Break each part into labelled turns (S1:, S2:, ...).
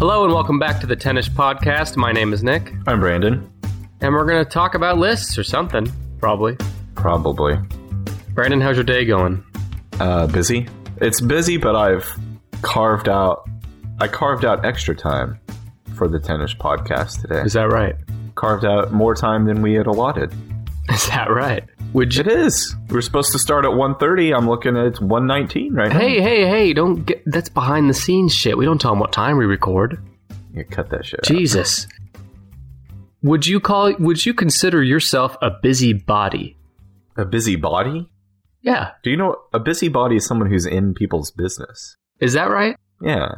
S1: welcome back to the Tennis Podcast. My name is Nick,
S2: I'm Brandon.
S1: and we're going to talk about lists or something, probably.
S2: Probably.
S1: Brandon, how's your day going?
S2: Uh, busy? It's busy, but I've carved out. I carved out extra time for the tennis podcast today.
S1: Is that right?
S2: carved out more time than we had allotted.
S1: Is that right? Would you?
S2: It is. We We're supposed to start at 1.30. I'm looking at 1.19 right now.
S1: Hey, hey, hey! Don't get that's behind the scenes shit. We don't tell them what time we record.
S2: You cut that shit out.
S1: Jesus. Would you call? Would you consider yourself a busybody?
S2: A busybody?
S1: Yeah.
S2: Do you know a busybody is someone who's in people's business?
S1: Is that right?
S2: Yeah.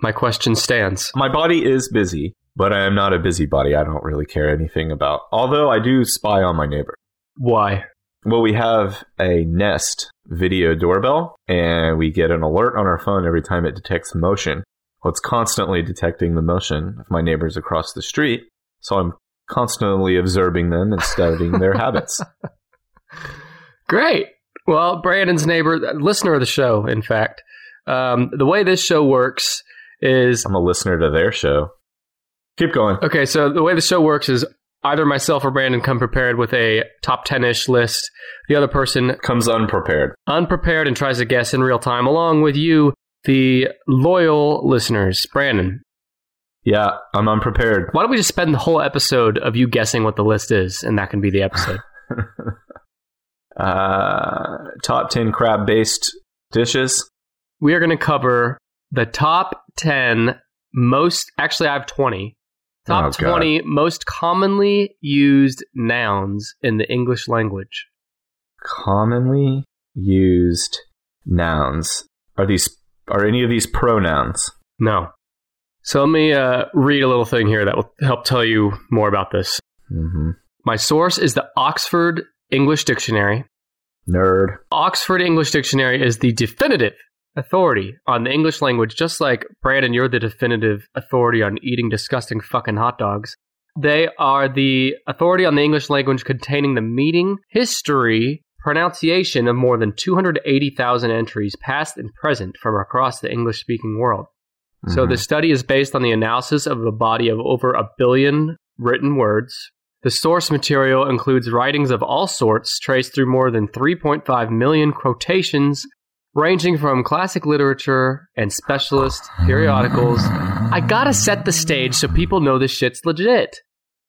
S1: My question stands.
S2: My body is busy, but I am not a busybody. I don't really care anything about. Although I do spy on my neighbor.
S1: Why?
S2: Well, we have a Nest video doorbell, and we get an alert on our phone every time it detects motion. Well, it's constantly detecting the motion of my neighbors across the street, so I'm constantly observing them and studying their habits.
S1: Great. Well, Brandon's neighbor, listener of the show, in fact, um, the way this show works is
S2: I'm a listener to their show. Keep going.
S1: okay. So the way the show works is either myself or Brandon come prepared with a top ten ish list. The other person
S2: Comes unprepared.
S1: unprepared and tries to guess in real time, along with you, the loyal listeners. Brandon,
S2: Yeah, I'm unprepared.
S1: why don't we just spend the whole episode of you guessing what the list is, and that can be the episode.
S2: Uh, top 10 crab based dishes.
S1: we are going to cover the top 10 most actually i have 20
S2: Oh,
S1: top
S2: God.
S1: 20 most commonly used nouns in the english language
S2: commonly used nouns are these are any of these pronouns
S1: no so let me uh, read a little thing here that will help tell you more about this
S2: mm-hmm.
S1: my source is the oxford english dictionary
S2: nerd
S1: oxford english dictionary is the definitive authority on the english language just like brandon you're the definitive authority on eating disgusting fucking hot dogs They are the authority on the English language containing the meaning, history, pronunciation of more than 280,000 entries, past and present, from across the English speaking world. So
S2: Mhm.
S1: the study is based on the analysis of a body of over a billion written words. The source material includes writings of all sorts, traced through more than 3.5 million quotations, ranging from classic literature and specialist periodicals. I gotta set the stage so people know this shit's legit.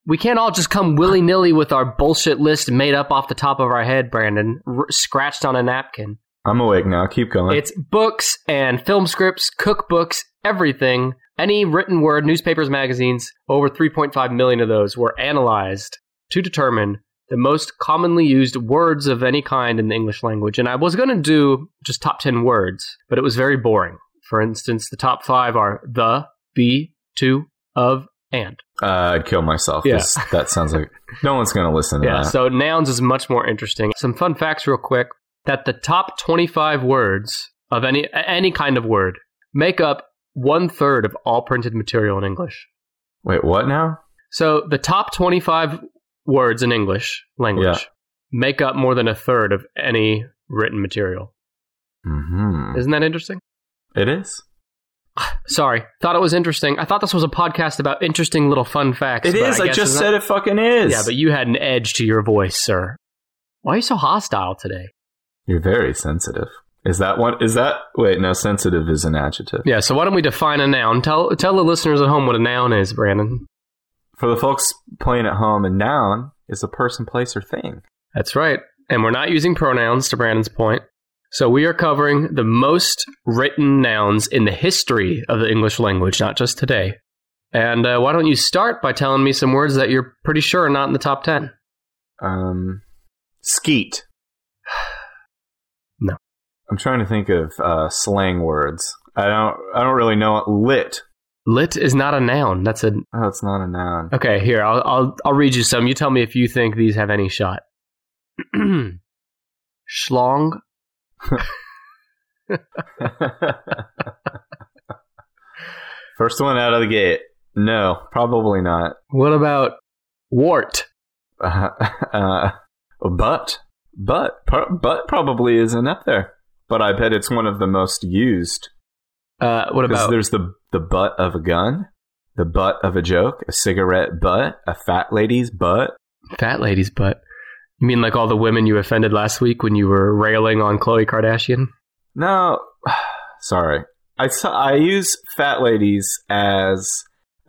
S1: We can't all just come willy nilly with our bullshit list made up off the top of our head, Brandon, r- scratched on a napkin.
S2: i'm awake now keep going
S1: It's books and film scripts, cookbooks, everything. Any written word, newspapers, magazines, over 3.5 million of those were analyzed to determine the most commonly used words of any kind in the English language. And I was going to do just top 10 words, but it was very boring. For instance, the top five are the, be, to, of, and.
S2: uh, i'd kill myself 'cause that sounds like no one's gonna listen to
S1: Yeah,
S2: that
S1: so nouns is much more interesting. Some fun facts, real quick, that the top 25 words of any any kind of word make up one third of all printed material in English.
S2: wait what now
S1: So the top 25 words in English language
S2: Yeah.
S1: make up more than a third of any written material.
S2: mm-hmm.
S1: Isn't that interesting?
S2: it is
S1: Sorry, thought it was interesting. I thought this was a podcast about interesting little fun facts.
S2: it
S1: but
S2: is i,
S1: guess
S2: just
S1: it's not-
S2: said it fucking is
S1: Yeah, but you had an edge to your voice, sir. Why are you so hostile today?
S2: you're very sensitive is that one is that wait no sensitive is an adjective
S1: Yeah, so why don't we define a noun? Tell tell the listeners at home what a noun is, Brandon.
S2: for the folks playing at home a noun is a person place or thing
S1: That's right. And we're not using pronouns to Brandon's point. So we are covering the most written nouns in the history of the English language, not just today. And uh, why don't you start by telling me some words that you're pretty sure are not in the top 10?
S2: Um, skeet.
S1: No.
S2: I'm trying to think of uh, slang words. I don't. I don't really know. it. Lit.
S1: Lit is not a noun. That's a
S2: Oh, it's not a noun.
S1: Okay, here. I'll I'll, I'll read you some. You tell me if you think these have any shot. Schlong,
S2: First one out of the gate. No, probably not.
S1: what about wart?
S2: Uh, uh, but but pro- but probably isn't up there. But I bet it's one of the most used.
S1: Uh, what
S2: Because
S1: about
S2: there's the the butt of a gun. the butt of a joke, a cigarette butt, a fat lady's butt.
S1: Fat lady's butt. You mean like all the women you offended last week when you were railing on Khloe Kardashian?
S2: No, sorry. I, s- I use fat ladies as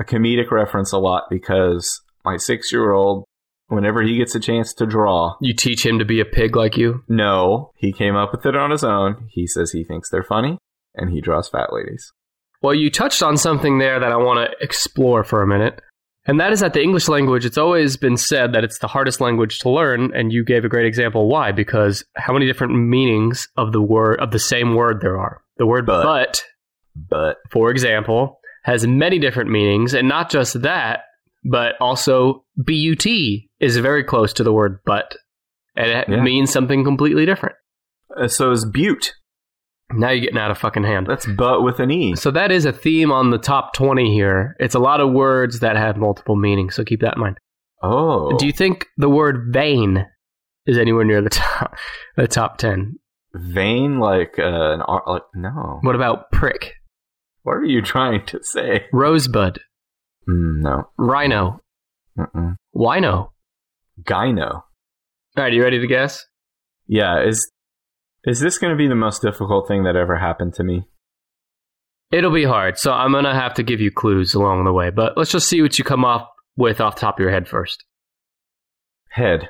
S2: a comedic reference a lot because my six year old, whenever he gets a chance to draw,
S1: You teach him to be a pig like you?
S2: no, he came up with it on his own. He says he thinks they're funny and he draws fat ladies.
S1: Well, you touched on something there that I want to explore for a minute. And that is that the English language, it's always been said that it's the hardest language to learn, and you gave a great example why, because how many different meanings of the word of the same word there are. The word
S2: But.
S1: but
S2: But
S1: for example, has many different meanings, and not just that, but also but is very close to the word but, and it
S2: Yeah.
S1: means something completely different.
S2: uh, so is butte.
S1: Now you're getting out of fucking hand.
S2: That's butt with an E.
S1: So that is a theme on the top 20 here. It's a lot of words that have multiple meanings, so keep that in mind.
S2: Oh.
S1: Do you think the word vein is anywhere near the top, the top 10?
S2: vein like uh, an art? Like, no.
S1: What about prick,
S2: What are you trying to say?
S1: rosebud,
S2: Mm, no.
S1: rhino,
S2: Mm-mm.
S1: wino?
S2: Gyno.
S1: All right, you ready to guess?
S2: Yeah, is is this going to be the most difficult thing that ever happened to me?
S1: It'll be hard, so I'm gonna have to give you clues along the way. But let's just see what you come up with off the top of your head first.
S2: Head,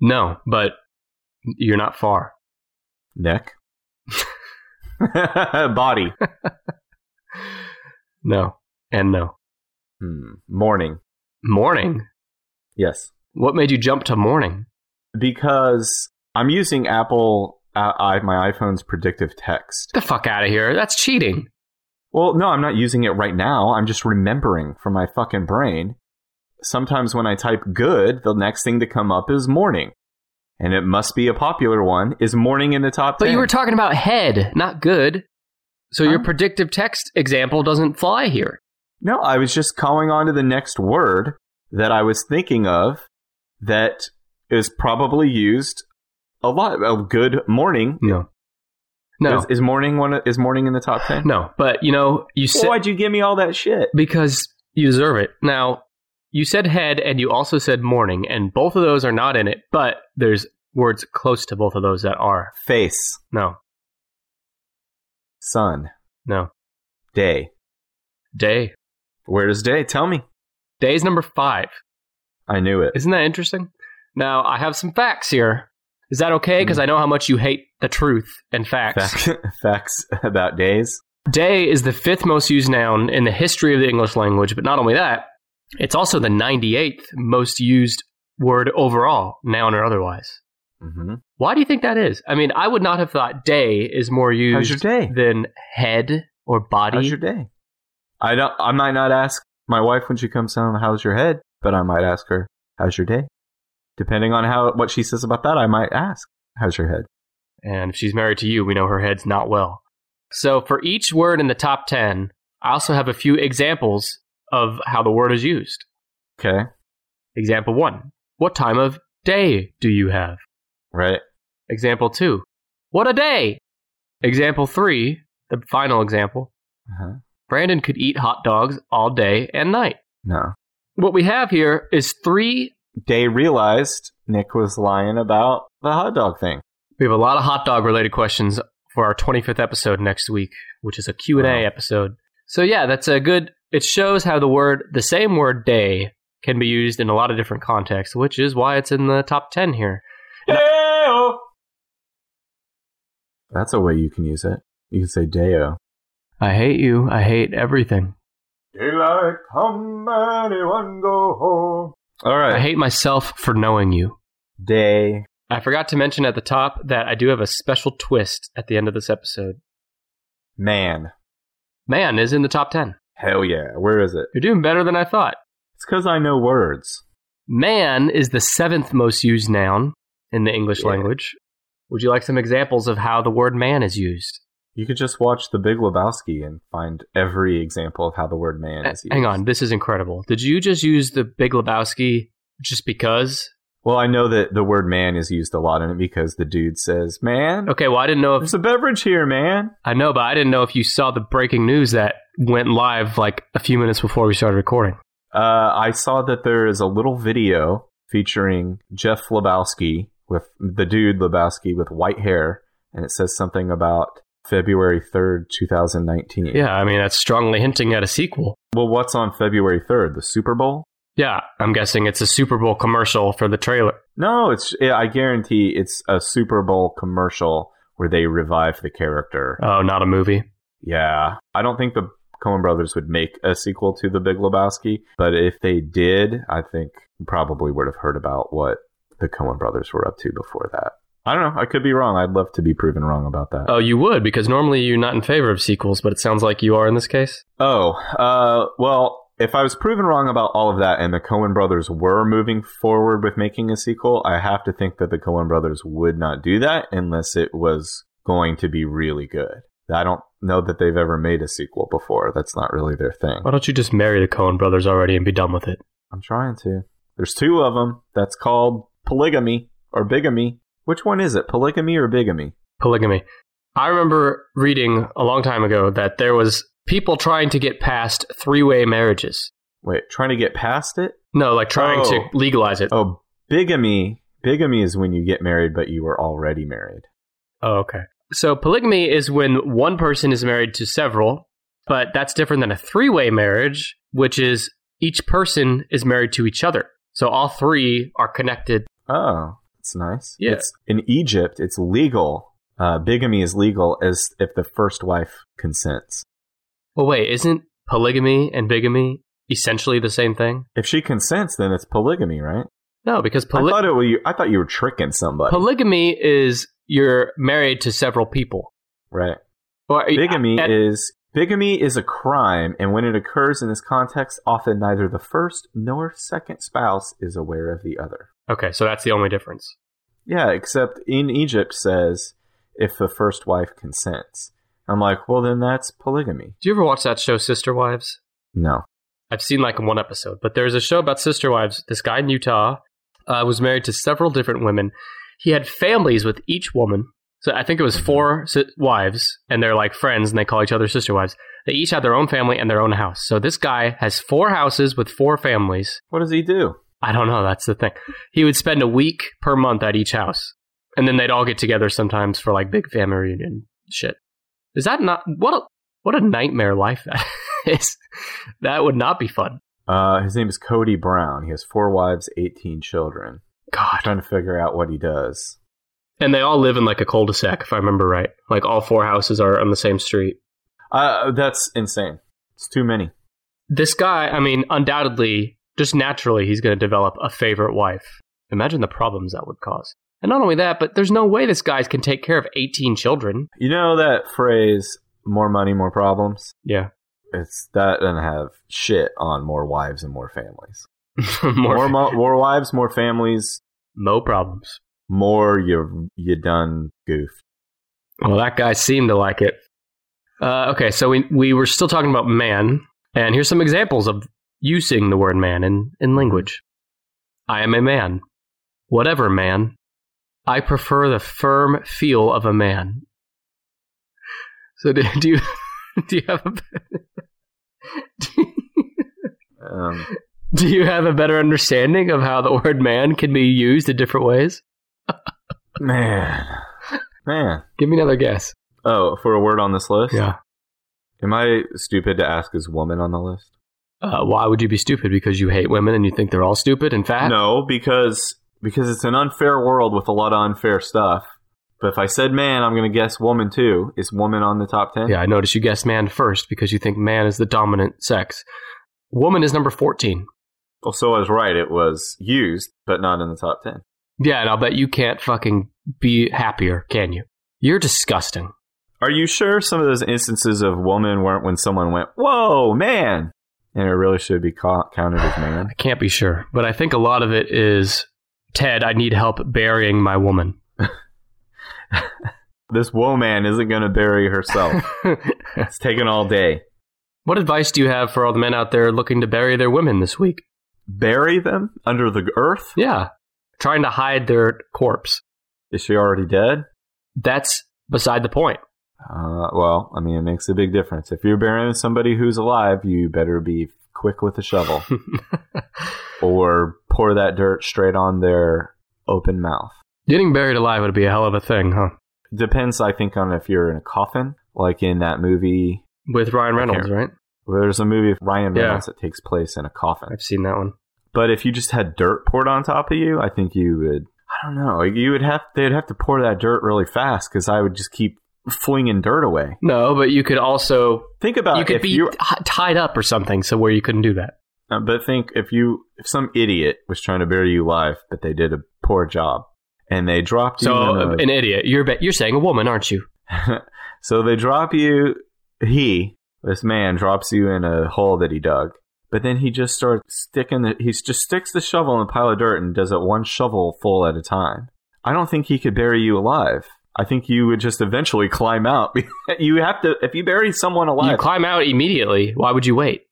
S1: No, but you're not far.
S2: neck, body.
S1: No, and no.
S2: Hmm. Morning.
S1: Morning.
S2: Yes,
S1: What made you jump to morning?
S2: because I'm using Apple. Uh, I, my iPhone's predictive text.
S1: Get the fuck out of here. That's cheating.
S2: Well, no, I'm not using it right now. I'm just remembering from my fucking brain. Sometimes when I type good, the next thing to come up is morning. And it must be a popular one. Is morning in the top
S1: But
S2: 10?
S1: you were talking about head, not good. So your
S2: Huh?
S1: predictive text example doesn't fly here.
S2: no, I was just calling on to the next word that I was thinking of that is probably used a lot. A good morning.
S1: No. No.
S2: Is, is morning one? of- Is morning in the top 10?
S1: no. But you know, you said
S2: Why'd you give me all that shit?
S1: because you deserve it. Now, you said head and you also said morning, and both of those are not in it, but there's words close to both of those that are.
S2: Face,
S1: No,
S2: sun,
S1: no.
S2: day.
S1: Day.
S2: Where is day? Tell me.
S1: Day's number five.
S2: I knew it.
S1: Isn't that interesting? Now, I have some facts here. Is that okay? Because I know how much you hate the truth and facts.
S2: Facts, facts about days.
S1: Day is the fifth most used noun in the history of the English language, but not only that, it's also the 98th most used word overall, noun or otherwise.
S2: Mm-hmm.
S1: Why do you think that is? I mean, I would not have thought day is more
S2: How's your
S1: used
S2: day?
S1: than head or body.
S2: How's your day? I don't. I might not ask my wife when she comes home. How's your head? But I might ask her. How's your day? Depending on how what she says about that, I might ask. How's your head?
S1: and if she's married to you, we know her head's not well. So for each word in the top 10, I also have a few examples of how the word is used.
S2: Okay.
S1: Example one What time of day do you have?
S2: Right.
S1: Example two, what a day. Example three, the final example,
S2: Uh-huh.
S1: Brandon could eat hot dogs all day and night.
S2: No.
S1: What we have here is three.
S2: Day realized Nick was lying about the hot dog thing.
S1: We have a lot of hot dog related questions for our 25th episode next week, which is a Q&A
S2: Wow.
S1: episode. So yeah, that's a good it shows how the word the same word day can be used in a lot of different contexts, which is why it's in the top 10 here.
S2: Deo. That's a way you can use it. You can say Deo.
S1: I hate you. I hate everything.
S2: Daylight come, anyone go home. All right.
S1: I hate myself for knowing you.
S2: day.
S1: I forgot to mention at the top that I do have a special twist at the end of this episode.
S2: Man.
S1: Man is in the top 10.
S2: Hell yeah. Where is it?
S1: You're doing better than I thought.
S2: It's because I know words.
S1: Man is the seventh most used noun in the English
S2: Yeah.
S1: language. Would you like some examples of how the word man is used?
S2: You could just watch The Big Lebowski and find every example of how the word man is
S1: Uh,
S2: used.
S1: Hang on, this is incredible. Did you just use the Big Lebowski just because?
S2: Well, I know that the word man is used a lot in it because the dude says, man,
S1: Okay, well, I didn't know if
S2: there's a beverage here, man.
S1: I know, but I didn't know if you saw the breaking news that went live like a few minutes before we started recording.
S2: Uh, I saw that there is a little video featuring Jeff Lebowski with the dude Lebowski with white hair, and it says something about February 3rd, 2019.
S1: Yeah, I mean, that's strongly hinting at a sequel.
S2: Well, what's on February 3rd? The Super Bowl?
S1: Yeah, I'm guessing it's a Super Bowl commercial for the trailer.
S2: No, it's. Yeah, I guarantee it's a Super Bowl commercial where they revive the character.
S1: Oh, not a movie.
S2: Yeah, I don't think the Coen Brothers would make a sequel to The Big Lebowski, but if they did, I think you probably would have heard about what the Coen Brothers were up to before that. I don't know. I could be wrong. I'd love to be proven wrong about that.
S1: Oh, you would, because normally you're not in favor of sequels, but it sounds like you are in this case.
S2: Oh, uh, well, if I was proven wrong about all of that and the Coen brothers were moving forward with making a sequel, I have to think that the Coen brothers would not do that unless it was going to be really good. I don't know that they've ever made a sequel before. That's not really their thing.
S1: Why don't you just marry the Coen brothers already and be done with it?
S2: I'm trying to. There's two of them. That's called polygamy or bigamy. Which one is it? Polygamy or bigamy?
S1: Polygamy. I remember reading a long time ago that there was people trying to get past three-way marriages.
S2: Wait, trying to get past it?
S1: No, like trying
S2: Oh.
S1: to legalize it.
S2: Oh, bigamy. Bigamy is when you get married but you were already married.
S1: Oh, okay. So polygamy is when one person is married to several, but that's different than a three way marriage, which is each person is married to each other. So all three are connected.
S2: Oh, that's nice.
S1: Yeah.
S2: It's, in Egypt, it's legal. Uh, bigamy is legal as if the first wife consents.
S1: Well, wait, isn't polygamy and bigamy essentially the same thing?
S2: If she consents, then it's polygamy, right?
S1: No, because
S2: I
S1: poly-
S2: thought it was, I thought you were tricking somebody,
S1: polygamy is you're married to several people.
S2: right?
S1: Or,
S2: Bigamy
S1: and-
S2: is bigamy is a crime, and when it occurs in this context, often neither the first nor second spouse is aware of the other.
S1: Okay, so that's the only difference.
S2: Yeah, except in Egypt says if the first wife consents. I'm like, well, then that's polygamy.
S1: Do you ever watch that show, Sister Wives?
S2: No.
S1: I've seen like one episode, but there's a show about sister wives. This guy in Utah uh, was married to several different women. He had families with each woman. So I think it was four si- wives, and they're like friends, and they call each other sister wives. They each had their own family and their own house. So this guy has four houses with four families.
S2: What does he do?
S1: I don't know. That's the thing. He would spend a week per month at each house, and then they'd all get together sometimes for like big family reunion shit. Is that not what a what a nightmare life that is? That would not be fun.
S2: Uh, his name is Cody Brown. He has four wives, 18 children.
S1: God.
S2: Trying to figure out what he does.
S1: And they all live in like a cul-de-sac, if I remember right. Like all four houses are on the same street.
S2: Uh, that's insane. It's too many.
S1: This guy, I mean, undoubtedly, just naturally, he's going to develop a favorite wife. Imagine the problems that would cause. And not only that, but there's no way this guy can take care of 18 children.
S2: You know that phrase, more money, more problems?
S1: Yeah.
S2: It's that doesn't have shit on more wives and more families.
S1: more,
S2: More
S1: more
S2: mo- more wives, more families,
S1: Mo problems.
S2: more you you done goof.
S1: Well, that guy seemed to like it. Uh, okay, so we, we were still talking about man. And here's some examples of using the word man in, in language I am a man. Whatever man. I prefer the firm feel of a man. So do, do you do you have a do you-
S2: Um,
S1: do you have a better understanding of how the word man can be used in different ways?
S2: man, man.
S1: Give me another guess.
S2: Oh, for a word on this list.
S1: Yeah.
S2: Am I stupid to ask is woman on the list?
S1: Uh, why would you be stupid? Because you hate women and you think they're all stupid and fat?
S2: No, because because it's an unfair world with a lot of unfair stuff. But if I said man, I'm gonna guess woman too. Is woman on the top ten?
S1: Yeah, I noticed you guessed man first because you think man is the dominant sex. Woman is number 14.
S2: Well, so I was right. It was used, but not in the top ten.
S1: Yeah, and I'll bet you can't fucking be happier, can you? You're disgusting.
S2: Are you sure some of those instances of woman weren't when someone went, "Whoa, man," and it really should be ca- counted as man?
S1: I can't be sure, but I think a lot of it is Ted, I need help burying my woman.
S2: this woman isn't gonna bury herself. it's taken all day.
S1: what advice do you have for all the men out there looking to bury their women this week?
S2: Bury them under the earth.
S1: Yeah. trying to hide their corpse.
S2: Is she already dead?
S1: That's beside the point.
S2: Uh, well, I mean, it makes a big difference. If you're burying somebody who's alive, you better be quick with a shovel or pour that dirt straight on their open mouth.
S1: Getting buried alive would be a hell of a thing, huh?
S2: Depends, I think, on if you're in a coffin, like in that movie.
S1: With Ryan Reynolds, right?
S2: There's a movie of Ryan
S1: Yeah.
S2: Reynolds that takes place in a coffin.
S1: I've seen that one.
S2: But if you just had dirt poured on top of you, I think you would. I don't know. You would have. They'd have to pour that dirt really fast because I would just keep flinging dirt away.
S1: No, but you could also
S2: Think about
S1: you could
S2: Uh, if
S1: be
S2: you.
S1: t- tied up or something, so where you couldn't do that.
S2: uh, But think if you if some idiot was trying to bury you alive, but they did a poor job and they dropped
S1: So
S2: you. in a-
S1: an idiot. You're ba- you're saying a woman, aren't you?
S2: so they drop you. He, this man, drops you in a hole that he dug. But then he just starts sticking. The, he just sticks the shovel in a pile of dirt and does it one shovel full at a time. I don't think he could bury you alive. I think you would just eventually climb out. you have to if you bury someone
S1: You
S2: alive.
S1: climb out immediately. Why would you wait?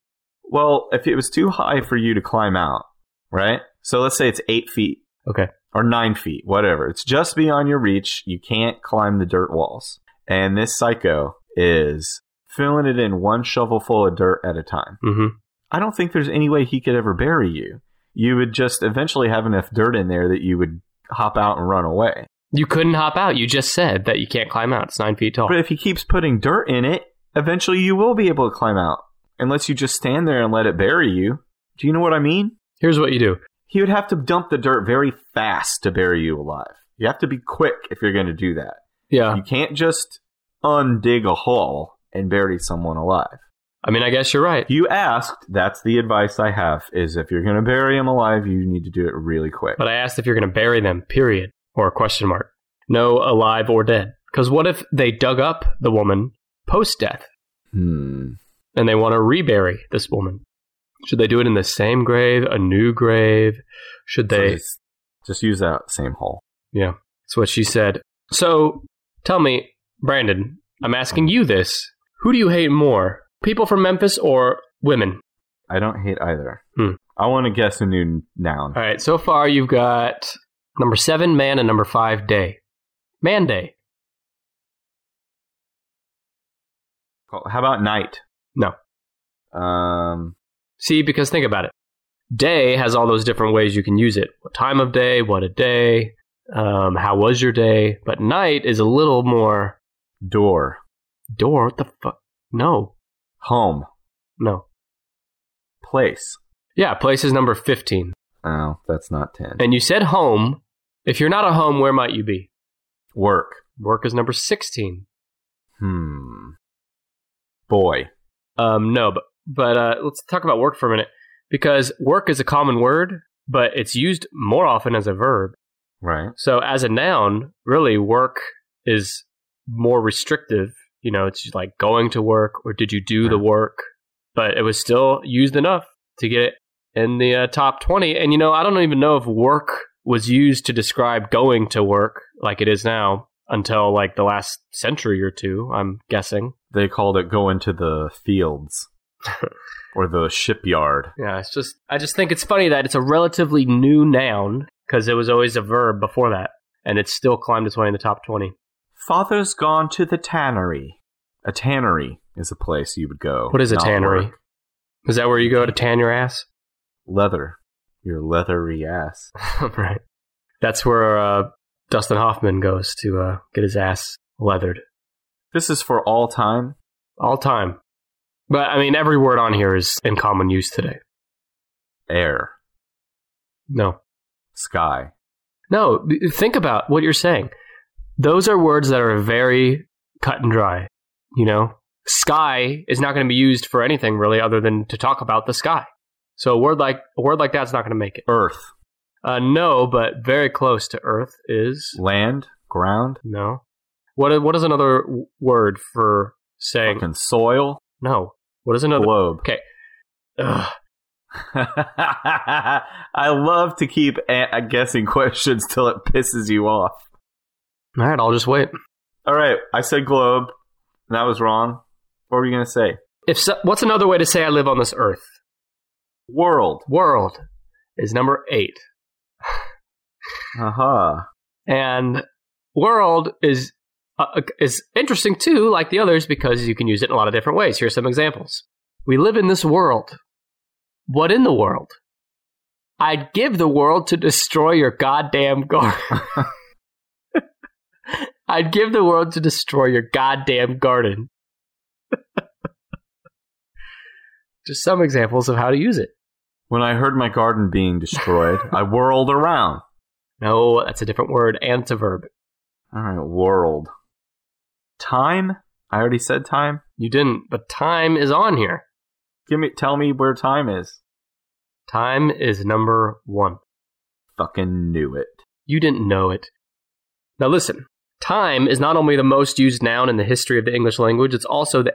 S2: well, if it was too high for you to climb out, right? So let's say it's eight feet.
S1: Okay.
S2: Or nine feet, whatever. It's just beyond your reach. You can't climb the dirt walls. And this psycho is filling it in one shovelful of dirt at a time.
S1: hmm
S2: I don't think there's any way he could ever bury you. You would just eventually have enough dirt in there that you would hop out and run away.
S1: You couldn't hop out. You just said that you can't climb out. It's nine feet tall.
S2: But if he keeps putting dirt in it, eventually you will be able to climb out. Unless you just stand there and let it bury you. Do you know what I mean?
S1: Here's what you do.
S2: he would have to dump the dirt very fast to bury you alive. You have to be quick if you're going to do that.
S1: Yeah.
S2: You can't just undig a hole and bury someone alive.
S1: I mean, I guess you're right.
S2: You asked, that's the advice I have is if you're going to bury him alive, you need to do it really quick.
S1: But I asked if you're going to bury them, period, or a question mark. No, alive or dead. Because what if they dug up the woman post death
S2: Hmm.
S1: and they want to rebury this woman? Should they do it in the same grave, a new grave? Should
S2: So
S1: they?
S2: just, just use that same hole.
S1: Yeah, that's what she said. So tell me, Brandon, I'm asking you this. Who do you hate more, people from Memphis or women?
S2: I don't hate either.
S1: Hmm. Uh,
S2: I want to guess a new noun.
S1: All right, so far you've got number seven, man, and number five, day. Man day.
S2: How about night?
S1: No.
S2: Um,
S1: See, because think about it. Day has all those different ways you can use it. What time of day? What a day? Um, how was your day? But night is a little more
S2: door.
S1: door. What the fuck? No,
S2: Home.
S1: no.
S2: Place.
S1: Yeah, place is number 15.
S2: Oh, that's not 10.
S1: And you said home. If you're not at home, where might you be?
S2: Work.
S1: Work is number 16.
S2: Hmm. Boy.
S1: Um, no, but, but uh, let's talk about work for a minute because work is a common word, but it's used more often as a verb.
S2: Right.
S1: So as a noun, really work is more restrictive. You know, it's like going to work or did you do the work? But it was still used enough to get it in the uh, top 20. And, you know, I don't even know if work was used to describe going to work like it is now until like the last century or two, I'm guessing.
S2: They called it going to the fields or the shipyard.
S1: Yeah, it's just, I just think it's funny that it's a relatively new noun because it was always a verb before that. And it's still climbed its way in the top 20.
S2: Father's gone to the tannery. A tannery is a place you would go.
S1: What is a
S2: not
S1: tannery?
S2: work.
S1: Is that where you go to tan your ass?
S2: Leather. Your leathery ass.
S1: right. That's where uh, Dustin Hoffman goes to uh, get his ass leathered
S2: This is for all time.
S1: all time. But I mean, every word on here is in common use today.
S2: Air.
S1: No,
S2: Sky.
S1: no. th- Think about what you're saying. Those are words that are very cut and dry. You know, sky is not going to be used for anything really, other than to talk about the sky. So a word like a word like that's not going to make it.
S2: Earth.
S1: Uh, no, but very close to Earth is
S2: Land. Ground.
S1: No. What what is another w- word for saying
S2: Fucking soil.
S1: no? What is another?
S2: Globe.
S1: Ugh.
S2: I love to keep a- guessing questions till it pisses you off.
S1: All right, I'll just wait.
S2: All right, I said globe. and That was wrong. What were you gonna say?
S1: If so, what's another way to say I live on this earth?
S2: World.
S1: World is number eight.
S2: Aha.
S1: And world is uh, is interesting too, like the others, because you can use it in a lot of different ways. Here's some examples. We live in this world. What in the world? I'd give the world to destroy your goddamn garden. I'd give the world to destroy your goddamn garden. Just some examples of how to use it.
S2: When I heard my garden being destroyed, I whirled around.
S1: No, that's a different word. Antiverb.
S2: All right, world. Time? I already said time.
S1: You didn't, but time is on here.
S2: Give me tell me where time is.
S1: Time is number one.
S2: Fucking knew it.
S1: You didn't know it. Now listen, time is not only the most used noun in the history of the English language, it's also the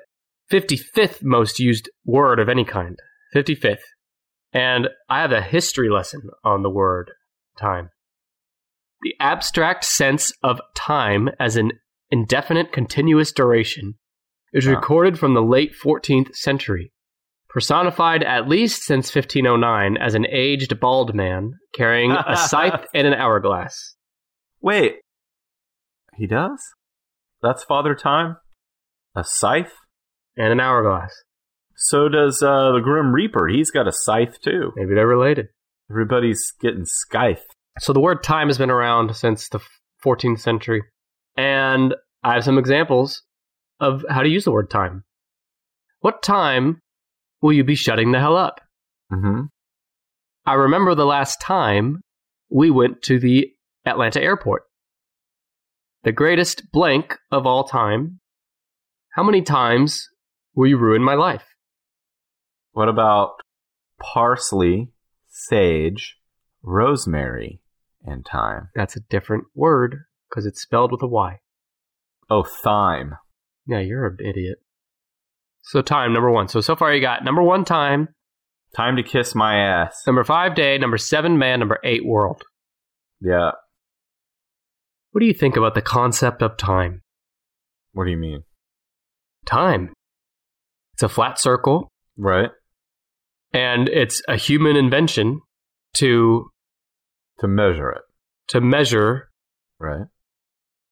S1: 55th most used word of any kind. 55th. And I have a history lesson on the word time. The abstract sense of time as an indefinite continuous duration is
S2: Wow.
S1: recorded from the late 14th century, personified at least since 1509 as an aged bald man carrying a scythe and an hourglass.
S2: Wait. He does? That's Father Time? A scythe?
S1: And an hourglass.
S2: So does uh, the Grim Reaper. He's got a scythe too.
S1: Maybe they're related.
S2: Everybody's getting scythe.
S1: So the word time has been around since the 14th century. And I have some examples of how to use the word time. What time will you be shutting the hell up?
S2: Mm-hmm.
S1: I remember the last time we went to the Atlanta airport. The greatest blank of all time. How many times will you ruin my life?
S2: What about parsley, sage, rosemary, and thyme?
S1: That's a different word because it's spelled with a Y.
S2: Oh, thyme.
S1: Yeah, you're an idiot. So time number one. So so far you got number one time,
S2: Time to kiss my ass.
S1: number five day, number seven man, number eight world.
S2: Yeah.
S1: What do you think about the concept of time?
S2: What do you mean?
S1: Time. It's a flat circle,
S2: Right?
S1: and it's a human invention to
S2: To measure it.
S1: to measure.
S2: Right?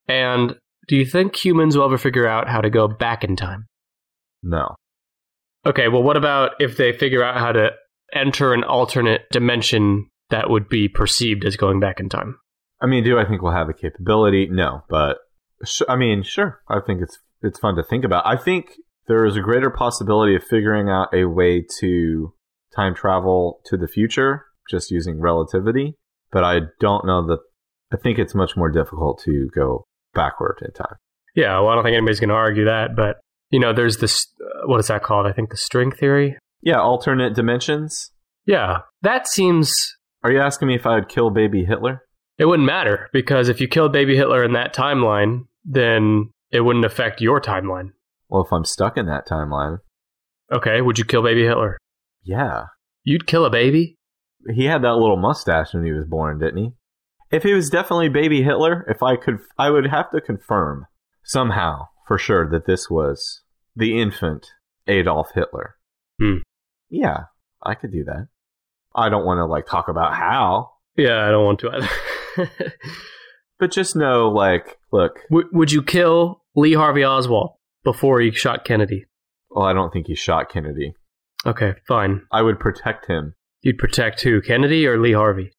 S1: And do you think humans will ever figure out how to go back in time?
S2: No.
S1: Okay, well, what about if they figure out how to enter an alternate dimension that would be perceived as going back in time?
S2: I mean, do I think we'll have the capability? No, but sh- I mean, sure. I think it's it's fun to think about. I think there is a greater possibility of figuring out a way to time travel to the future just using relativity, but I don't know that I think it's much more difficult to go backward in time.
S1: Yeah, well, I don't think anybody's going to argue that, but you know, there's this uh, what is that called? I think the string theory.
S2: Yeah, alternate dimensions.
S1: Yeah, that seems
S2: Are you asking me if I would kill baby Hitler?
S1: it wouldn't matter because if you killed baby Hitler in that timeline, then it wouldn't affect your timeline.
S2: Well, if I'm stuck in that timeline,
S1: Okay, would you kill baby Hitler?
S2: yeah.
S1: You'd kill a baby?
S2: he had that little mustache when he was born, didn't he? If he was definitely baby Hitler, if I could, I would have to confirm somehow for sure that this was the infant Adolf Hitler.
S1: Hmm.
S2: Yeah, I could do that. I don't want to like talk about how,
S1: Yeah, I don't want to either.
S2: but just know, like, look,
S1: w- would you kill Lee Harvey Oswald before he shot Kennedy?
S2: well, I don't think he shot Kennedy.
S1: Okay, fine.
S2: I would protect him.
S1: You'd protect who, Kennedy or Lee Harvey?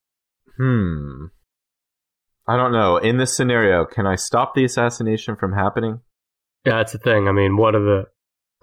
S2: Hmm. I don't know. In this scenario, can I stop the assassination from happening?
S1: Yeah, that's the thing. I mean, what are the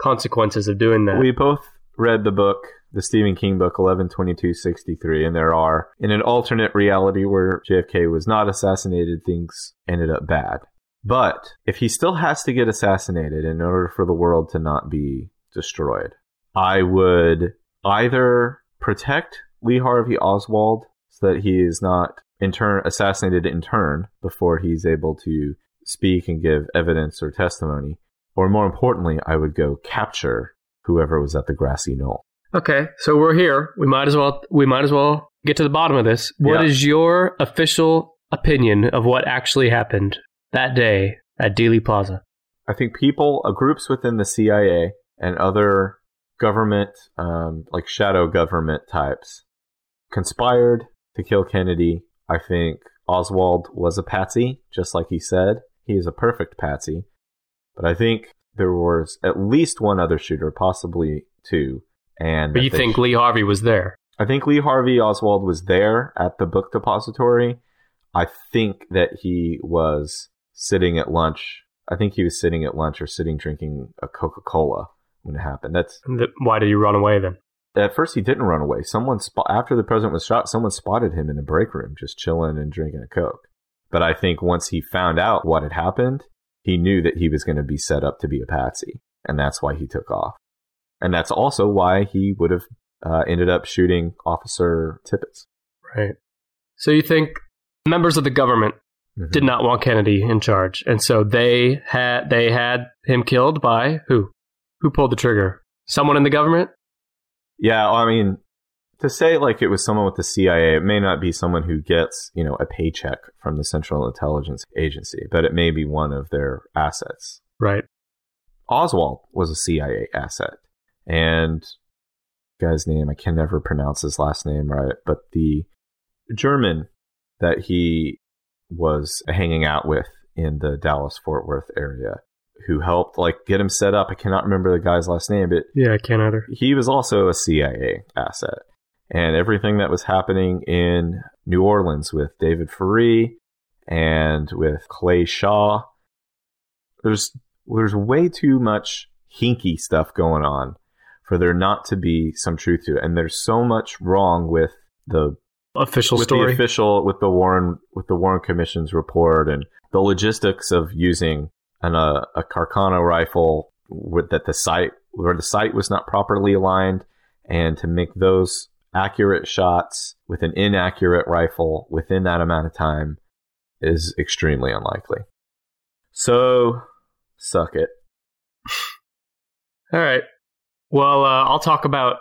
S1: consequences of doing that?
S2: We both read the book, the Stephen King book, 112263, and there are, in an alternate reality where JFK was not assassinated, things ended up bad. But if he still has to get assassinated in order for the world to not be destroyed, I would either protect Lee Harvey Oswald so that he is not in turn assassinated in turn before he's able to speak and give evidence or testimony, or more importantly, I would go capture whoever was at the grassy knoll.
S1: Okay, so we're here. We might as well we might as well get to the bottom of this. What is
S2: Yeah.
S1: your official opinion of what actually happened that day at Dealey Plaza?
S2: I think people, uh, groups within the CIA and other government, um, like shadow government types, conspired to kill Kennedy. I think Oswald was a patsy, just like he said. He is a perfect patsy. But I think there was at least one other shooter, possibly two. And
S1: But
S2: I
S1: you think Lee Harvey was there?
S2: I think Lee Harvey Oswald was there at the book depository. I think that he was sitting at lunch. I think he was sitting at lunch or sitting drinking a Coca Cola when it happened. That's
S1: Th- Why did he run away then?
S2: at first he didn't run away. Someone spot after the president was shot. Someone spotted him in the break room just chilling and drinking a Coke. But I think once he found out what had happened, he knew that he was going to be set up to be a patsy, and that's why he took off. And that's also why he would have uh, ended up shooting Officer Tippett.
S1: Right. So you think members of the government
S2: Mhm.
S1: did not want Kennedy in charge, and so they had they had him killed by who? Who pulled the trigger? Someone in the government?
S2: Yeah, I mean, to say like it was someone with the CIA, it may not be someone who gets, you know, a paycheck from the Central Intelligence Agency, but it may be one of their assets.
S1: Right.
S2: Oswald was a CIA asset. And guy's name, I can never pronounce his last name right, but the German that he was hanging out with in the Dallas Fort Worth area who helped like get him set up. I cannot remember the guy's last name, but
S1: Yeah, I can't either.
S2: he was also a CIA asset. And everything that was happening in New Orleans with David Faree and with Clay Shaw, there's there's way too much hinky stuff going on for there not to be some truth to it. And there's so much wrong with the
S1: Official
S2: with
S1: story.
S2: the official with the Warren with the Warren Commission's report and the logistics of using an uh, a Carcano rifle with, that the sight where the sight was not properly aligned and to make those accurate shots with an inaccurate rifle within that amount of time is extremely unlikely. So suck it.
S1: All right. Well, uh, I'll talk about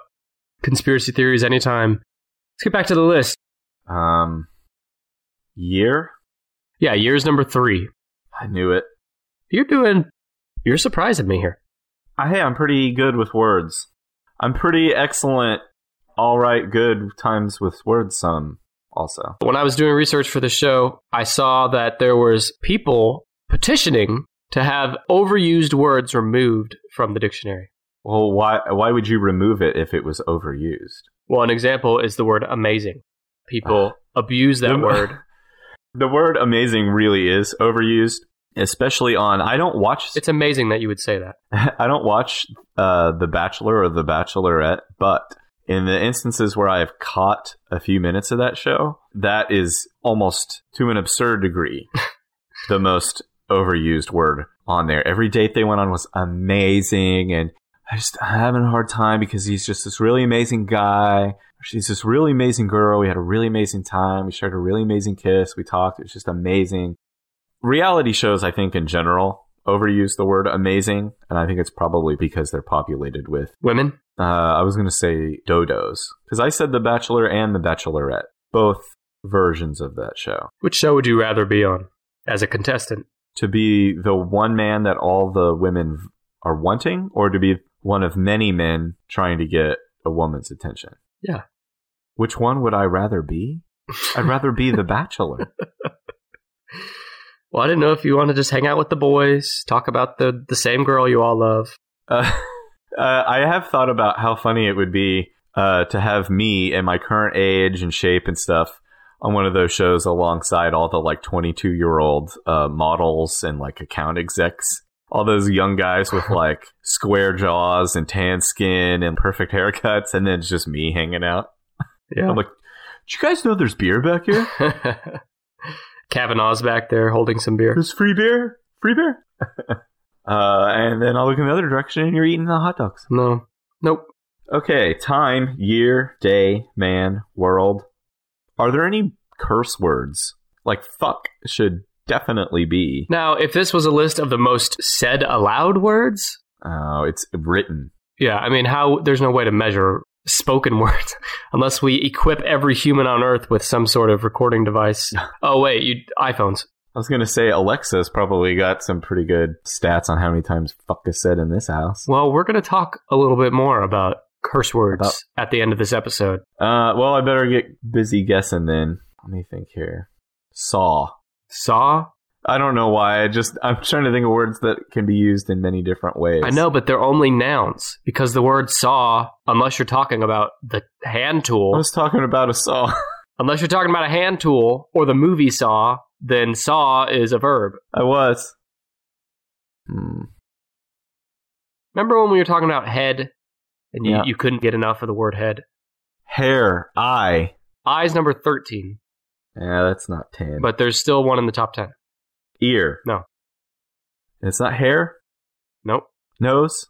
S1: conspiracy theories anytime. Let's get back to the list.
S2: Um year?
S1: Yeah, year's number three.
S2: I knew it.
S1: You're doing. You're surprising me here.
S2: I, hey, I'm pretty good with words. I'm pretty excellent, all right, good times with words. Some also.
S1: When I was doing research for the show, I saw that there was people petitioning to have overused words removed from the dictionary.
S2: Well, why why would you remove it if it was overused?
S1: Well, an example is the word amazing. People abuse that
S2: The-
S1: word.
S2: The word amazing really is overused, especially on. I don't watch.
S1: It's amazing that you would say that.
S2: I don't watch uh, The Bachelor or The Bachelorette, but in the instances where I have caught a few minutes of that show, that is almost to an absurd degree the most overused word on there. Every date they went on was amazing, and I just I'm having a hard time because he's just this really amazing guy. She's this really amazing girl. We had a really amazing time. We shared a really amazing kiss. We talked. It was just amazing reality shows, I think, in general, overuse the word amazing. And I think it's probably because they're populated with,
S1: Women?
S2: uh, I was going to say dodos. Because I said The Bachelor and The Bachelorette, both versions of that show.
S1: Which show would you rather be on as a contestant?
S2: To be the one man that all the women v- are wanting, or to be one of many men trying to get a woman's attention?
S1: Yeah.
S2: Which one would I rather be? I'd rather be The Bachelor.
S1: Well, I didn't know if you want to just hang out with the boys, talk about the, the same girl you all love.
S2: Uh, uh, I have thought about how funny it would be uh, to have me and my current age and shape and stuff on one of those shows alongside all the like 22 year old uh, models and like account execs. All those young guys with like square jaws and tan skin and perfect haircuts, and then it's just me hanging out.
S1: Yeah.
S2: I'm like, do you guys know there's beer back here?
S1: Kavanaugh's back there holding some beer.
S2: There's free beer? Free beer? uh, and then I'll look in the other direction and you're eating the hot dogs.
S1: No. Nope.
S2: Okay, time, year, day, man, world. Are there any curse words? Like fuck should definitely be.
S1: Now, if this was a list of the most said aloud words,
S2: Oh, it's written.
S1: yeah, I mean, how there's no way to measure spoken words unless we equip every human on earth with some sort of recording device. oh, wait, you iPhones.
S2: I was gonna say Alexa's probably got some pretty good stats on how many times fuck is said in this house.
S1: Well, we're going to talk a little bit more about curse words
S2: About-
S1: at the end of this episode.
S2: Uh, well, I better get busy guessing then. Let me think here. Saw.
S1: Saw?
S2: I don't know why. I just I'm trying to think of words that can be used in many different ways.
S1: I know, but they're only nouns because the word saw, unless you're talking about the hand
S2: I
S1: tool,
S2: was talking about a saw.
S1: unless you're talking about a hand tool or the movie saw, then saw is a verb.
S2: I was. Hmm.
S1: Remember when we were talking about head and you,
S2: Yeah.
S1: you couldn't get enough of the word head?
S2: Hair. Eye.
S1: Eyes number 13,
S2: Yeah, that's not tan.
S1: but there's still one in the top 10.
S2: ear.
S1: No.
S2: It's not hair.
S1: Nope.
S2: Nose.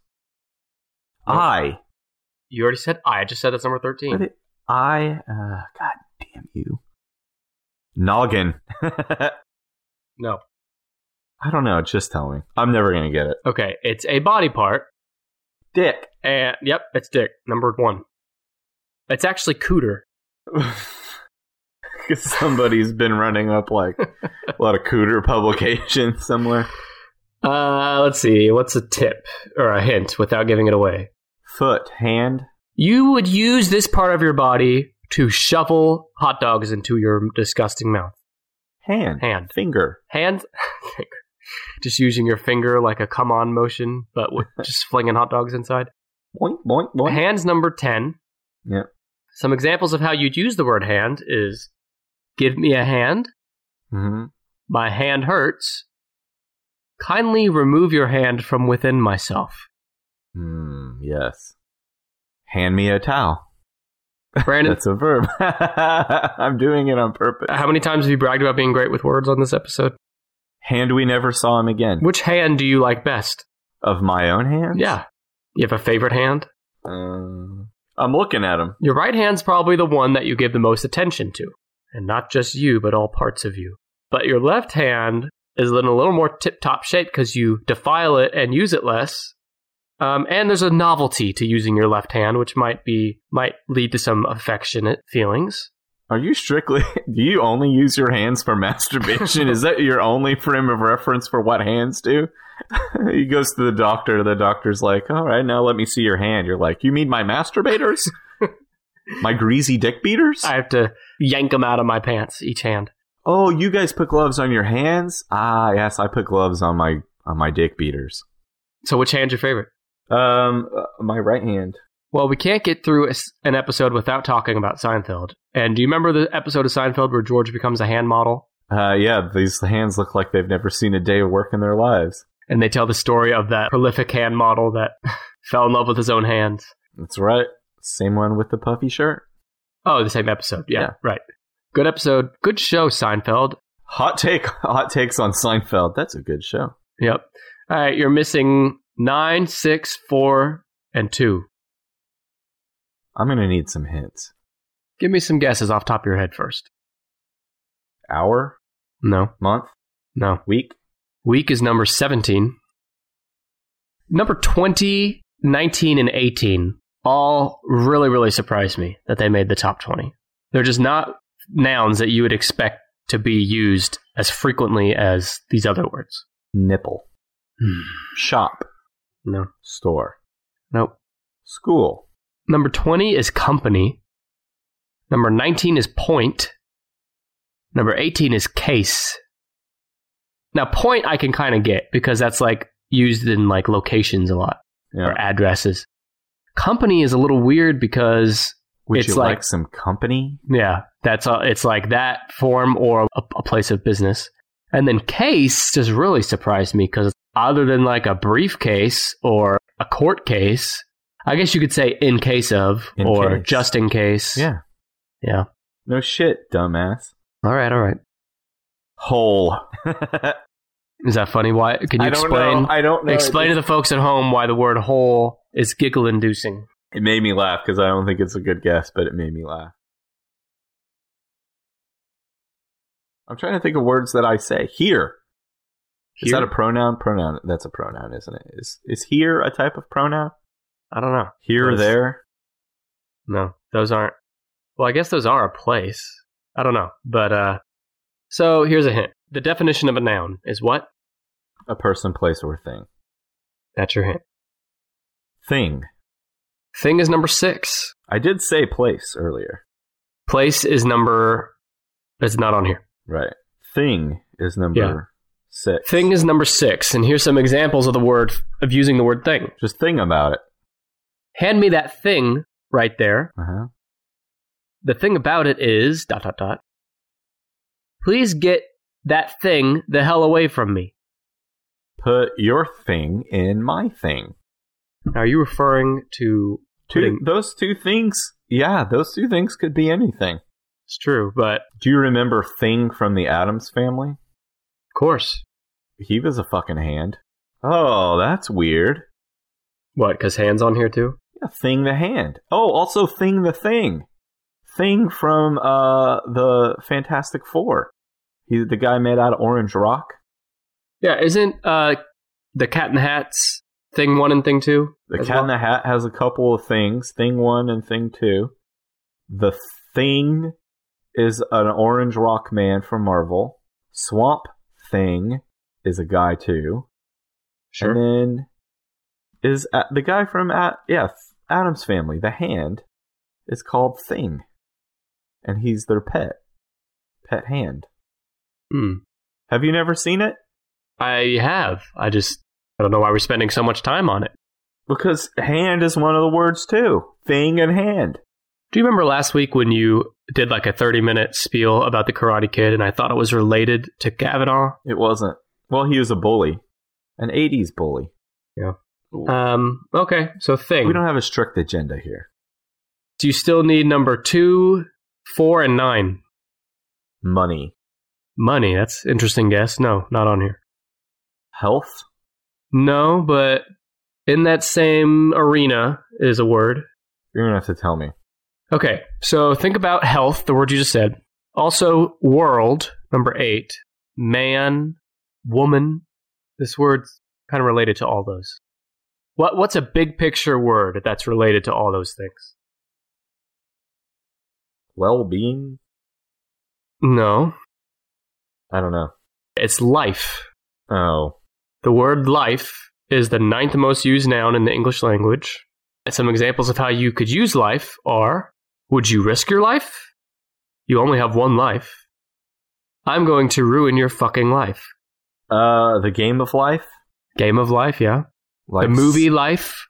S1: Nope.
S2: Eye.
S1: You already said eye. I just said that's number
S2: What
S1: 13.
S2: it- eye. Uh, God damn you. Noggin. I
S1: No.
S2: don't know. Just tell me. I'm never gonna get it.
S1: Okay. It's a body part.
S2: Dick.
S1: And yep, it's dick. Number one. It's actually cooter.
S2: 'Cause somebody's been running up like a lot of cooter publications somewhere.
S1: Uh, let's see. What's a tip or a hint without giving it away?
S2: Foot, hand.
S1: You would use this part of your body to shovel hot dogs into your disgusting mouth.
S2: hand,
S1: Hand.
S2: finger.
S1: Hand. just using your finger like a come on motion, but with just flinging hot dogs inside.
S2: Boink, boink, boink.
S1: Hands number 10.
S2: Yep.
S1: Some examples of how you'd use the word hand is give me a hand,
S2: Mhm.
S1: my hand hurts, kindly remove your hand from within myself.
S2: Hmm, yes. Hand me a towel.
S1: Brandon,
S2: That's a verb. I'm doing it on purpose.
S1: how many times have you bragged about being great with words on this episode?
S2: Hand we never saw him again.
S1: Which hand do you like best?
S2: Of my own hand?
S1: Yeah. You have a favorite hand?
S2: Um, I'm looking at him.
S1: Your right hand's probably the one that you give the most attention to, and not just you, but all parts of you. But your left hand is in a little more tip top shape because you defile it and use it less. Um, and there's a novelty to using your left hand, which might be might lead to some affectionate feelings.
S2: Are you strictly. Do you only use your hands for masturbation? Is that your only frame of reference for what hands do? he goes to the doctor. The doctor's like, all right, now let me see your hand. You're like, you mean my masturbators? my greasy dick beaters?
S1: I have to yank them out of my pants each hand.
S2: Oh, you guys put gloves on your hands? Ah, yes, I put gloves on my on my dick beaters.
S1: So, which hand's your favorite?
S2: Um, uh, my right hand.
S1: Well, we can't get through a s- an episode without talking about Seinfeld. And do you remember the episode of Seinfeld where George becomes a hand model?
S2: Uh, yeah, these hands look like they've never seen a day of work in their lives.
S1: and they tell the story of that prolific hand model that fell in love with his own hands.
S2: That's right. Same one with the puffy shirt.
S1: Oh, the same episode. Yeah,
S2: Yeah.
S1: right. Good episode. Good show, Seinfeld.
S2: Hot take. Hot takes on Seinfeld. That's a good show.
S1: Yep. All right, you're missing nine, six, four, and two.
S2: I'm gonna need some hints.
S1: Give me some guesses off top of your head first.
S2: Hour,
S1: No,
S2: month,
S1: no.
S2: week.
S1: Week is number 17. Number 20, 19, and 18 all really, really surprised me that they made the top 20. They're just not nouns that you would expect to be used as frequently as these other words.
S2: Nipple. Hmm. Shop.
S1: No.
S2: Store.
S1: Nope.
S2: School.
S1: Number 20 is company. Number 19 is point. Number 18 is case. Now, point I can kind of get because that's like used in like locations a lot.
S2: Yeah.
S1: or addresses. Company is a little weird because
S2: Would
S1: it's
S2: you
S1: like-
S2: like some company?
S1: yeah, that's a, it's like that form or a, a place of business. And then case just really surprised me because other than like a briefcase or a court case, I guess you could say in case of
S2: In
S1: or
S2: case.
S1: just in case.
S2: Yeah.
S1: Yeah.
S2: No shit, dumbass.
S1: All right. All right.
S2: Hole.
S1: Is that funny? Why? Can you
S2: I
S1: explain?
S2: Don't know. I don't know.
S1: explain
S2: it,
S1: to the folks at home why the word whole is giggle inducing.
S2: It made me laugh because I don't think it's a good guess, but it made me laugh. I'm trying to think of words that I say. Here. Is that a pronoun? Pronoun. That's a pronoun, isn't it? Is is here a type of pronoun?
S1: I don't know.
S2: Here or
S1: Yes.
S2: there?
S1: No, those aren't. Well, I guess those are a place. I don't know. But uh so here's a hint. The definition of a noun is what?
S2: A person, place, or thing.
S1: That's your hint.
S2: Thing.
S1: Thing is number 6.
S2: I did say place earlier.
S1: Place is number it's not on here.
S2: Right. Thing is number
S1: Yeah.
S2: six.
S1: Thing is number six, and here's some examples of the word of using the word thing.
S2: Just think about it.
S1: Hand me that thing right there.
S2: Uh-huh.
S1: The thing about it is dot dot dot. Please get that thing the hell away from me.
S2: Put your thing in my thing.
S1: Now, are you referring to
S2: Two,
S1: Putting-
S2: Those two things. Yeah, those two things could be anything.
S1: It's true, but
S2: Do you remember Thing from the Adams family?
S1: of course.
S2: He was a fucking hand. Oh, that's weird.
S1: What? Because hands on here too.
S2: Yeah, Thing the hand. Oh, also Thing the thing. Thing from uh the Fantastic Four. He's the guy made out of orange rock.
S1: Yeah, isn't uh the Cat in the Hats thing one and thing two?
S2: The
S1: as
S2: Cat in
S1: well?
S2: the Hat has a couple of things. Thing one and thing two. The Thing is an orange rock man from Marvel. Swamp Thing is a guy too.
S1: Sure.
S2: And then is uh, the guy from At- yeah Adam's Family. The hand is called Thing, and he's their pet. Pet hand.
S1: Hmm.
S2: Have you never seen it?
S1: I have. I just I don't know why we're spending so much time on it.
S2: Because hand is one of the words too. Thing and hand.
S1: Do you remember last week when you did like a 30 minute spiel about the Karate Kid and I thought it was related to Kavanaugh?
S2: It wasn't. Well, he was a bully, an '80s bully.
S1: Um, okay, so thing.
S2: We don't have a strict agenda here.
S1: Do you still need number two, four, and nine?
S2: Money,
S1: Money. That's interesting guess. No, not on here.
S2: health,
S1: No, but in that same arena is a word.
S2: you're gonna have to tell me.
S1: Okay, so think about health, the word you just said. Also, world, number eight, man, woman. This word's kind of related to all those. What, what's a big picture word that's related to all those things?
S2: Well-being.
S1: No,
S2: I don't know.
S1: it's life.
S2: Oh,
S1: The word life is the ninth most used noun in the English language. And Some examples of how you could use life are Would you risk your life? You only have one life. I'm going to ruin your fucking life.
S2: uh, the game of life.
S1: Game of Life, yeah.
S2: Life's-
S1: The movie Life,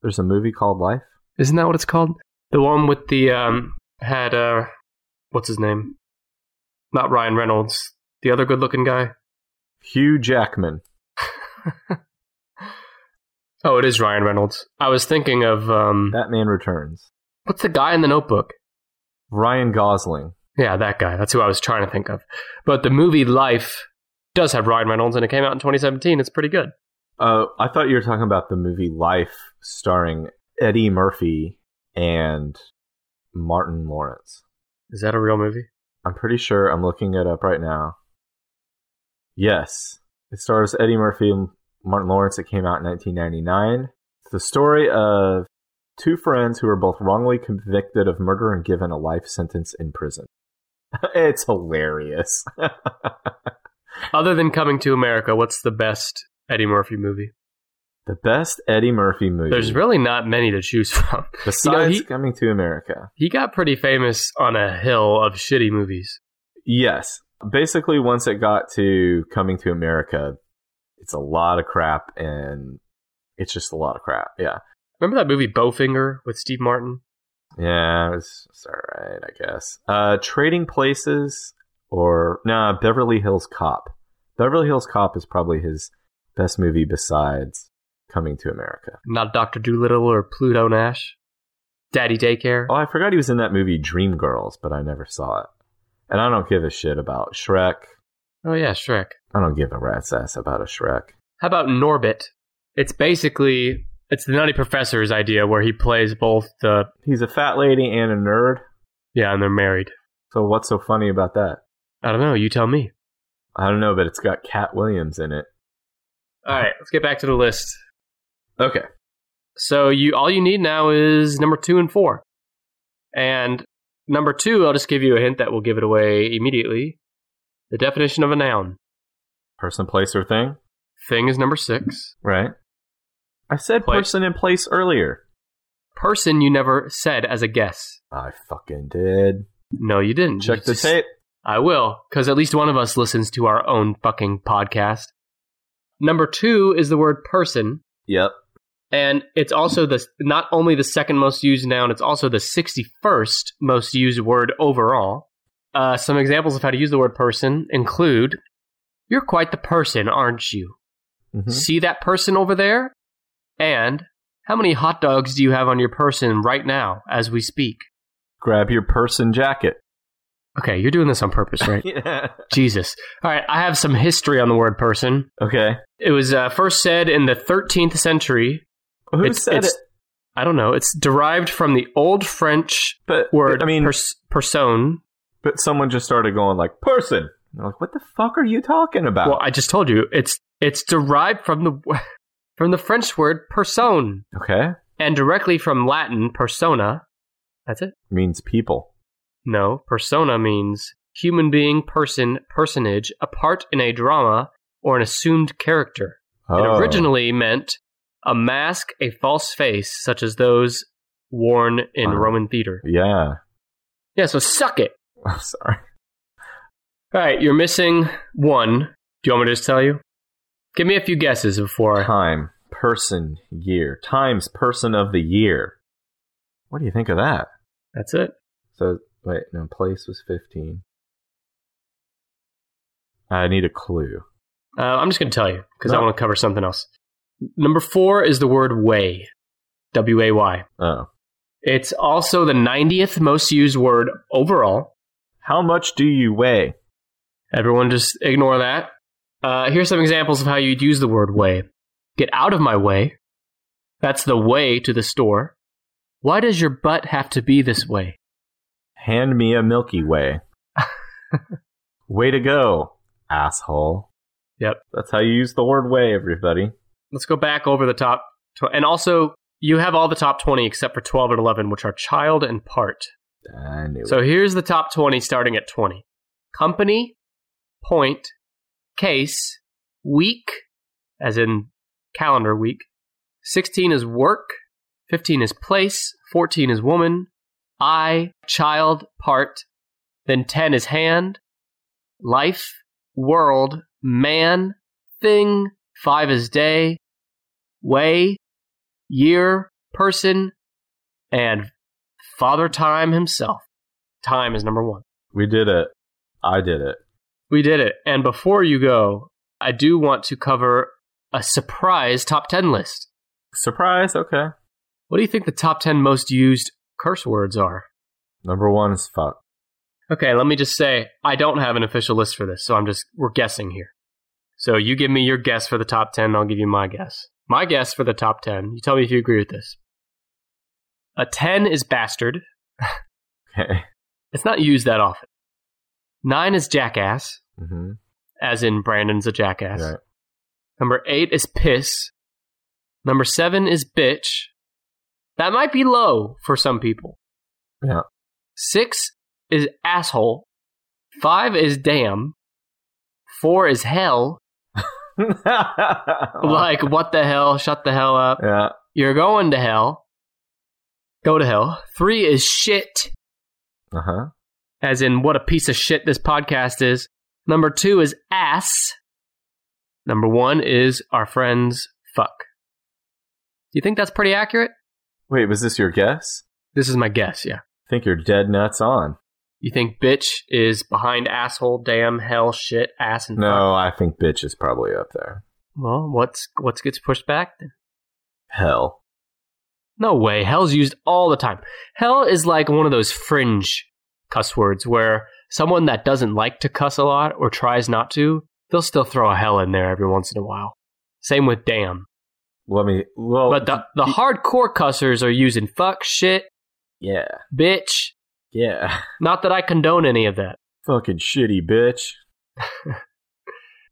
S2: There's a movie called Life.
S1: isn't that what it's called? The one with the um had uh what's his name? Not Ryan Reynolds, the other good-looking guy.
S2: Hugh Jackman.
S1: Oh, it is Ryan Reynolds. I was thinking of um
S2: Batman Returns.
S1: what's the guy in the Notebook?
S2: Ryan Gosling.
S1: Yeah, that guy. That's who I was trying to think of. But the movie Life does have Ryan Reynolds, and it came out in 2017. It's pretty good.
S2: Uh, I thought you were talking about the movie Life, starring Eddie Murphy and Martin Lawrence.
S1: Is that a real movie?
S2: I'm pretty sure I'm looking it up right now. Yes. It stars Eddie Murphy and Martin Lawrence. It came out in 1999. It's the story of two friends who are both wrongly convicted of murder and given a life sentence in prison. it's hilarious.
S1: Other than Coming to America, what's the best Eddie Murphy movie?
S2: the best Eddie Murphy movie.
S1: There's really not many to choose from.
S2: Besides
S1: he-
S2: coming to America.
S1: He got pretty famous on a hill of shitty movies.
S2: Yes. Basically, once it got to coming to America, it's a lot of crap and it's just a lot of crap. Yeah.
S1: Remember that movie Bowfinger with Steve Martin?
S2: Yeah, it's, it's all right, I guess. Uh, Trading Places or nah, Beverly Hills Cop. Beverly Hills Cop is probably his best movie besides Coming to America.
S1: Not Dr. Doolittle or Pluto Nash? Daddy Daycare?
S2: Oh, I forgot he was in that movie Dreamgirls, but I never saw it. And I don't give a shit about Shrek.
S1: Oh, yeah, Shrek.
S2: I don't give a rat's ass about a Shrek.
S1: How about Norbit? It's basically, it's the Nutty Professor's idea where he plays both the,
S2: He's a fat lady and a nerd.
S1: yeah, and they're married.
S2: So what's so funny about that?
S1: I don't know, you tell me.
S2: I don't know, but it's got Cat Williams in it.
S1: All right, let's get back to the list.
S2: Okay.
S1: So you all you need now is number two and four. And number two, I'll just give you a hint that will give it away immediately. The definition of a noun.
S2: Person, place, or thing,
S1: Thing is number six.
S2: right? I said
S1: Place.
S2: person and place earlier.
S1: Person you never said as a guess.
S2: I fucking did.
S1: No, you didn't.
S2: Check
S1: You
S2: the
S1: just-
S2: tape.
S1: I will, because at least one of us listens to our own fucking podcast. Number two is the word person,
S2: Yep.
S1: and it's also the not only the second most used noun, it's also the 61st most used word overall. Uh, some examples of how to use the word person include You're quite the person, aren't you?
S2: Mhm.
S1: See that person over there? And how many hot dogs do you have on your person right now as we speak?
S2: Grab your person jacket.
S1: Okay, you're doing this on purpose, right?
S2: Yeah.
S1: Jesus. All right, I have some history on the word person.
S2: Okay.
S1: It was uh, first said in the 13th century.
S2: Who
S1: it's,
S2: said
S1: it's-
S2: it?
S1: I don't know. It's derived from the old French
S2: But
S1: word
S2: I mean,
S1: pers- person.
S2: but someone just started going like person. And I'm like, what the fuck are you talking about?
S1: Well, I just told you it's it's derived from the from the French word person
S2: okay.
S1: and directly from Latin persona. That's it.
S2: Means people.
S1: No, persona means human being, person, personage, a part in a drama or an assumed character.
S2: Oh.
S1: It originally meant a mask, a false face, such as those worn in
S2: Uh-huh.
S1: Roman theater.
S2: Yeah.
S1: Yeah, so suck it.
S2: Sorry.
S1: All right, you're missing one. Do you want me to just tell you? Give me a few guesses before.
S2: Time, person, year. Times person of the year. What do you think of that?
S1: That's it.
S2: So wait, no, place was fifteen. I need a clue.
S1: Uh, I'm just going to tell you because I
S2: No.
S1: want to cover something else. Number four is the word way. W A Y.
S2: Oh.
S1: It's also the 90th most used word overall.
S2: How much do you weigh?
S1: Everyone just ignore that. Uh, here's some examples of how you'd use the word way. Get out of my way. That's the way to the store. Why does your butt have to be this way?
S2: Hand me a Milky Way. way to go, asshole.
S1: Yep.
S2: That's how you use the word way, everybody.
S1: Let's go back over the top. Tw- and also, you have all the top 20 except for 12 and 11, which are child and part.
S2: I knew
S1: So
S2: it.
S1: here's the top 20 starting at 20 company, point, case, week, as in calendar week. 16 is work. 15 is place. 14 is woman. I, child, part. Then 10 is hand, life, world, man, thing. 5 is day, way, year, person, and father time himself time is number one.
S2: We did it. I did it.
S1: We did it. And before you go, I do want to cover a surprise top 10 list.
S2: Surprise, okay.
S1: What do you think the top 10 most used curse words are?
S2: Number one is fuck.
S1: Okay, let me just say I don't have an official list for this, so I'm just, we're guessing here. So you give me your guess for the top 10, and I'll give you my guess. My guess for the top 10, you tell me if you agree with this. A 10 is bastard.
S2: Okay.
S1: It's not used that often. 9 is jackass,
S2: Mm-hmm.
S1: as in Brandon's a jackass.
S2: Right.
S1: Number eight is piss. Number seven is bitch. That might be low for some people.
S2: Yeah.
S1: Six is asshole. Five is damn. Four is hell.
S2: Oh,
S1: Like, what the hell? Shut the hell up.
S2: yeah.
S1: You're going to hell. Go to hell. Three is shit,
S2: Uh huh.
S1: as in what a piece of shit this podcast is. Number two is ass. Number one is our friends fuck. Do you think that's pretty accurate?
S2: Wait, was this your guess?
S1: This is my guess, yeah.
S2: I think you're dead nuts on.
S1: You think bitch is behind asshole, damn, hell, shit, ass, and fuck?
S2: No, I think bitch is probably up there.
S1: Well, what's what gets pushed back? then?
S2: Hell.
S1: No way. Hell's used all the time. Hell is like one of those fringe cuss words where someone that doesn't like to cuss a lot or tries not to, they'll still throw a hell in there every once in a while. Same with damn.
S2: Let me. Well,
S1: But the, the hardcore cussers are using fuck, shit,
S2: yeah,
S1: bitch.
S2: yeah.
S1: Not that I condone any of that.
S2: Fucking shitty bitch.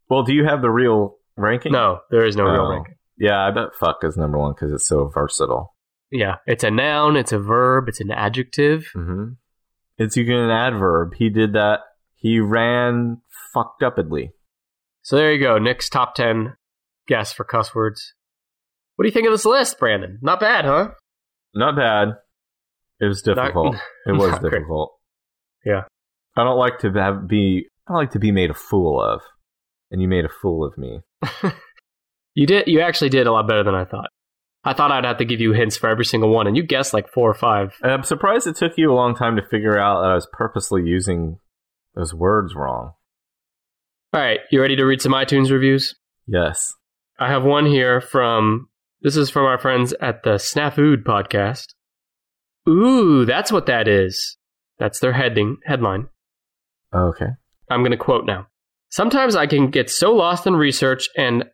S2: well, do you have the real ranking?
S1: No, there is no real
S2: Oh.
S1: ranking.
S2: Yeah, I bet fuck is number one because it's so versatile.
S1: Yeah, it's a noun, it's a verb, it's an adjective.
S2: Mm-hmm. It's even an adverb. He did that. He ran fucked upedly.
S1: So there you go, Nick's top 10 guess for cuss words. What do you think of this list, Brandon? Not bad, huh?
S2: Not bad. It was difficult. it was
S1: not great.
S2: difficult.
S1: Yeah.
S2: I don't like to have, be I don't like to be made a fool of. And you made a fool of me.
S1: You did. You actually did a lot better than I thought. I thought I'd have to give you hints for every single one, and you guessed like four or five.
S2: And I'm surprised it took you a long time to figure out that I was purposely using those words wrong.
S1: All right, you ready to read some iTunes reviews?
S2: Yes.
S1: I have one here from. This is from our friends at the Snafood podcast. Ooh, that's what that is. That's their heading headline.
S2: Okay.
S1: I'm going to quote now. Sometimes I can get so lost in research and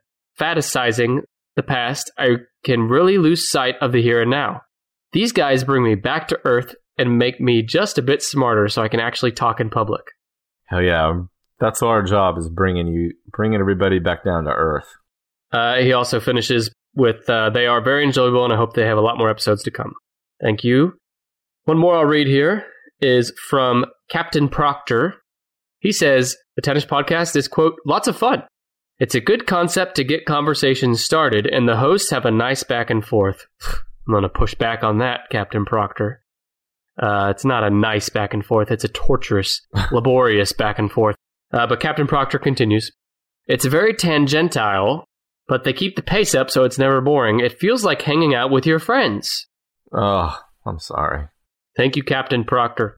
S1: fantasizing the past, I can really lose sight of the here and now. These guys bring me back to earth and make me just a bit smarter so I can actually talk in public.
S2: Hell yeah. That's our job is bringing you bringing everybody back down to earth.
S1: Uh, he also finishes with uh, They are very enjoyable, and I hope they have a lot more episodes to come. Thank you. One more I'll read here is from Captain Proctor. He says The tennis podcast is, quote, lots of fun. It's a good concept to get conversations started, and the hosts have a nice back and forth. I'm going to push back on that, Captain Proctor. Uh, it's not a nice back and forth, it's a torturous, laborious back and forth. Uh, but Captain Proctor continues It's very tangential, but they keep the pace up so it's never boring. It feels like hanging out with your friends.
S2: Oh, I'm sorry.
S1: Thank you, Captain Proctor.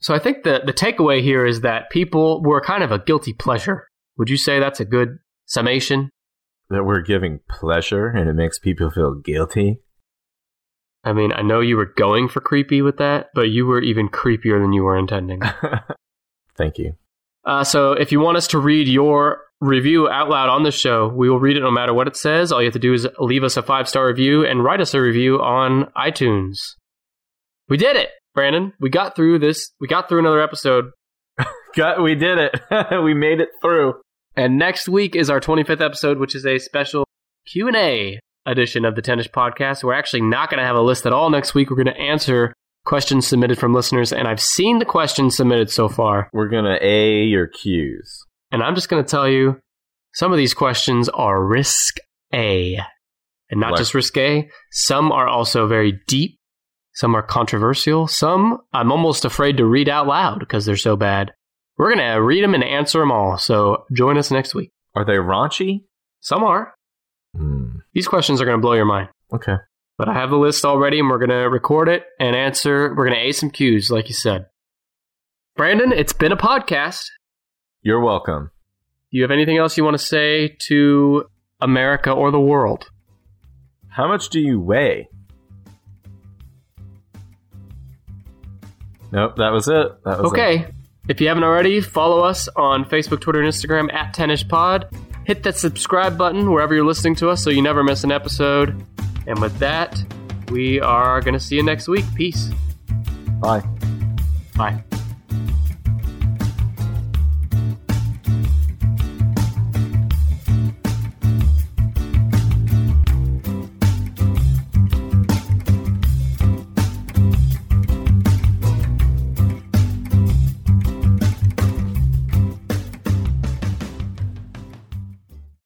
S1: So I think the, the takeaway here is that people were kind of a guilty pleasure. Would you say that's a good summation?
S2: That we're giving pleasure and it makes people feel guilty.
S1: I mean, I know you were going for creepy with that, but you were even creepier than you were intending.
S2: Thank you.
S1: Uh, so if you want us to read your review out loud on the show, we will read it no matter what it says. All you have to do is leave us a five star review and write us a review on iTunes. We did it, Brandon. We got through this. We got through another episode.
S2: Got, we did it. we made it through.
S1: And next week is our 25th episode, which is a special Q&A edition of the Tennis Podcast. We're actually not going to have a list at all next week. We're going to answer questions submitted from listeners, and I've seen the questions submitted so far,
S2: We're gonna A your cues.
S1: and I'm just going to tell you some of these questions are risk A. And not
S2: Right.
S1: just risque, some are also very deep, some are controversial, some I'm almost afraid to read out loud because they're so bad. We're going to read them and answer them all, so join us next week.
S2: Are they raunchy?
S1: Some are.
S2: Hmm.
S1: These questions are going to blow your mind.
S2: Okay.
S1: But I have the list already, and we're going to record it and answer. We're going to ace some cues, like you said. Brandon, it's been a podcast.
S2: You're welcome.
S1: Do you have anything else you want to say to America or the world?
S2: How much do you weigh? Nope, that was it. That was it.
S1: Okay. If you haven't already, follow us on Facebook, Twitter, and Instagram at Tennish Pod. Hit that subscribe button wherever you're listening to us so you never miss an episode. And with that, we are going to see you next week. Peace.
S2: Bye.
S1: Bye.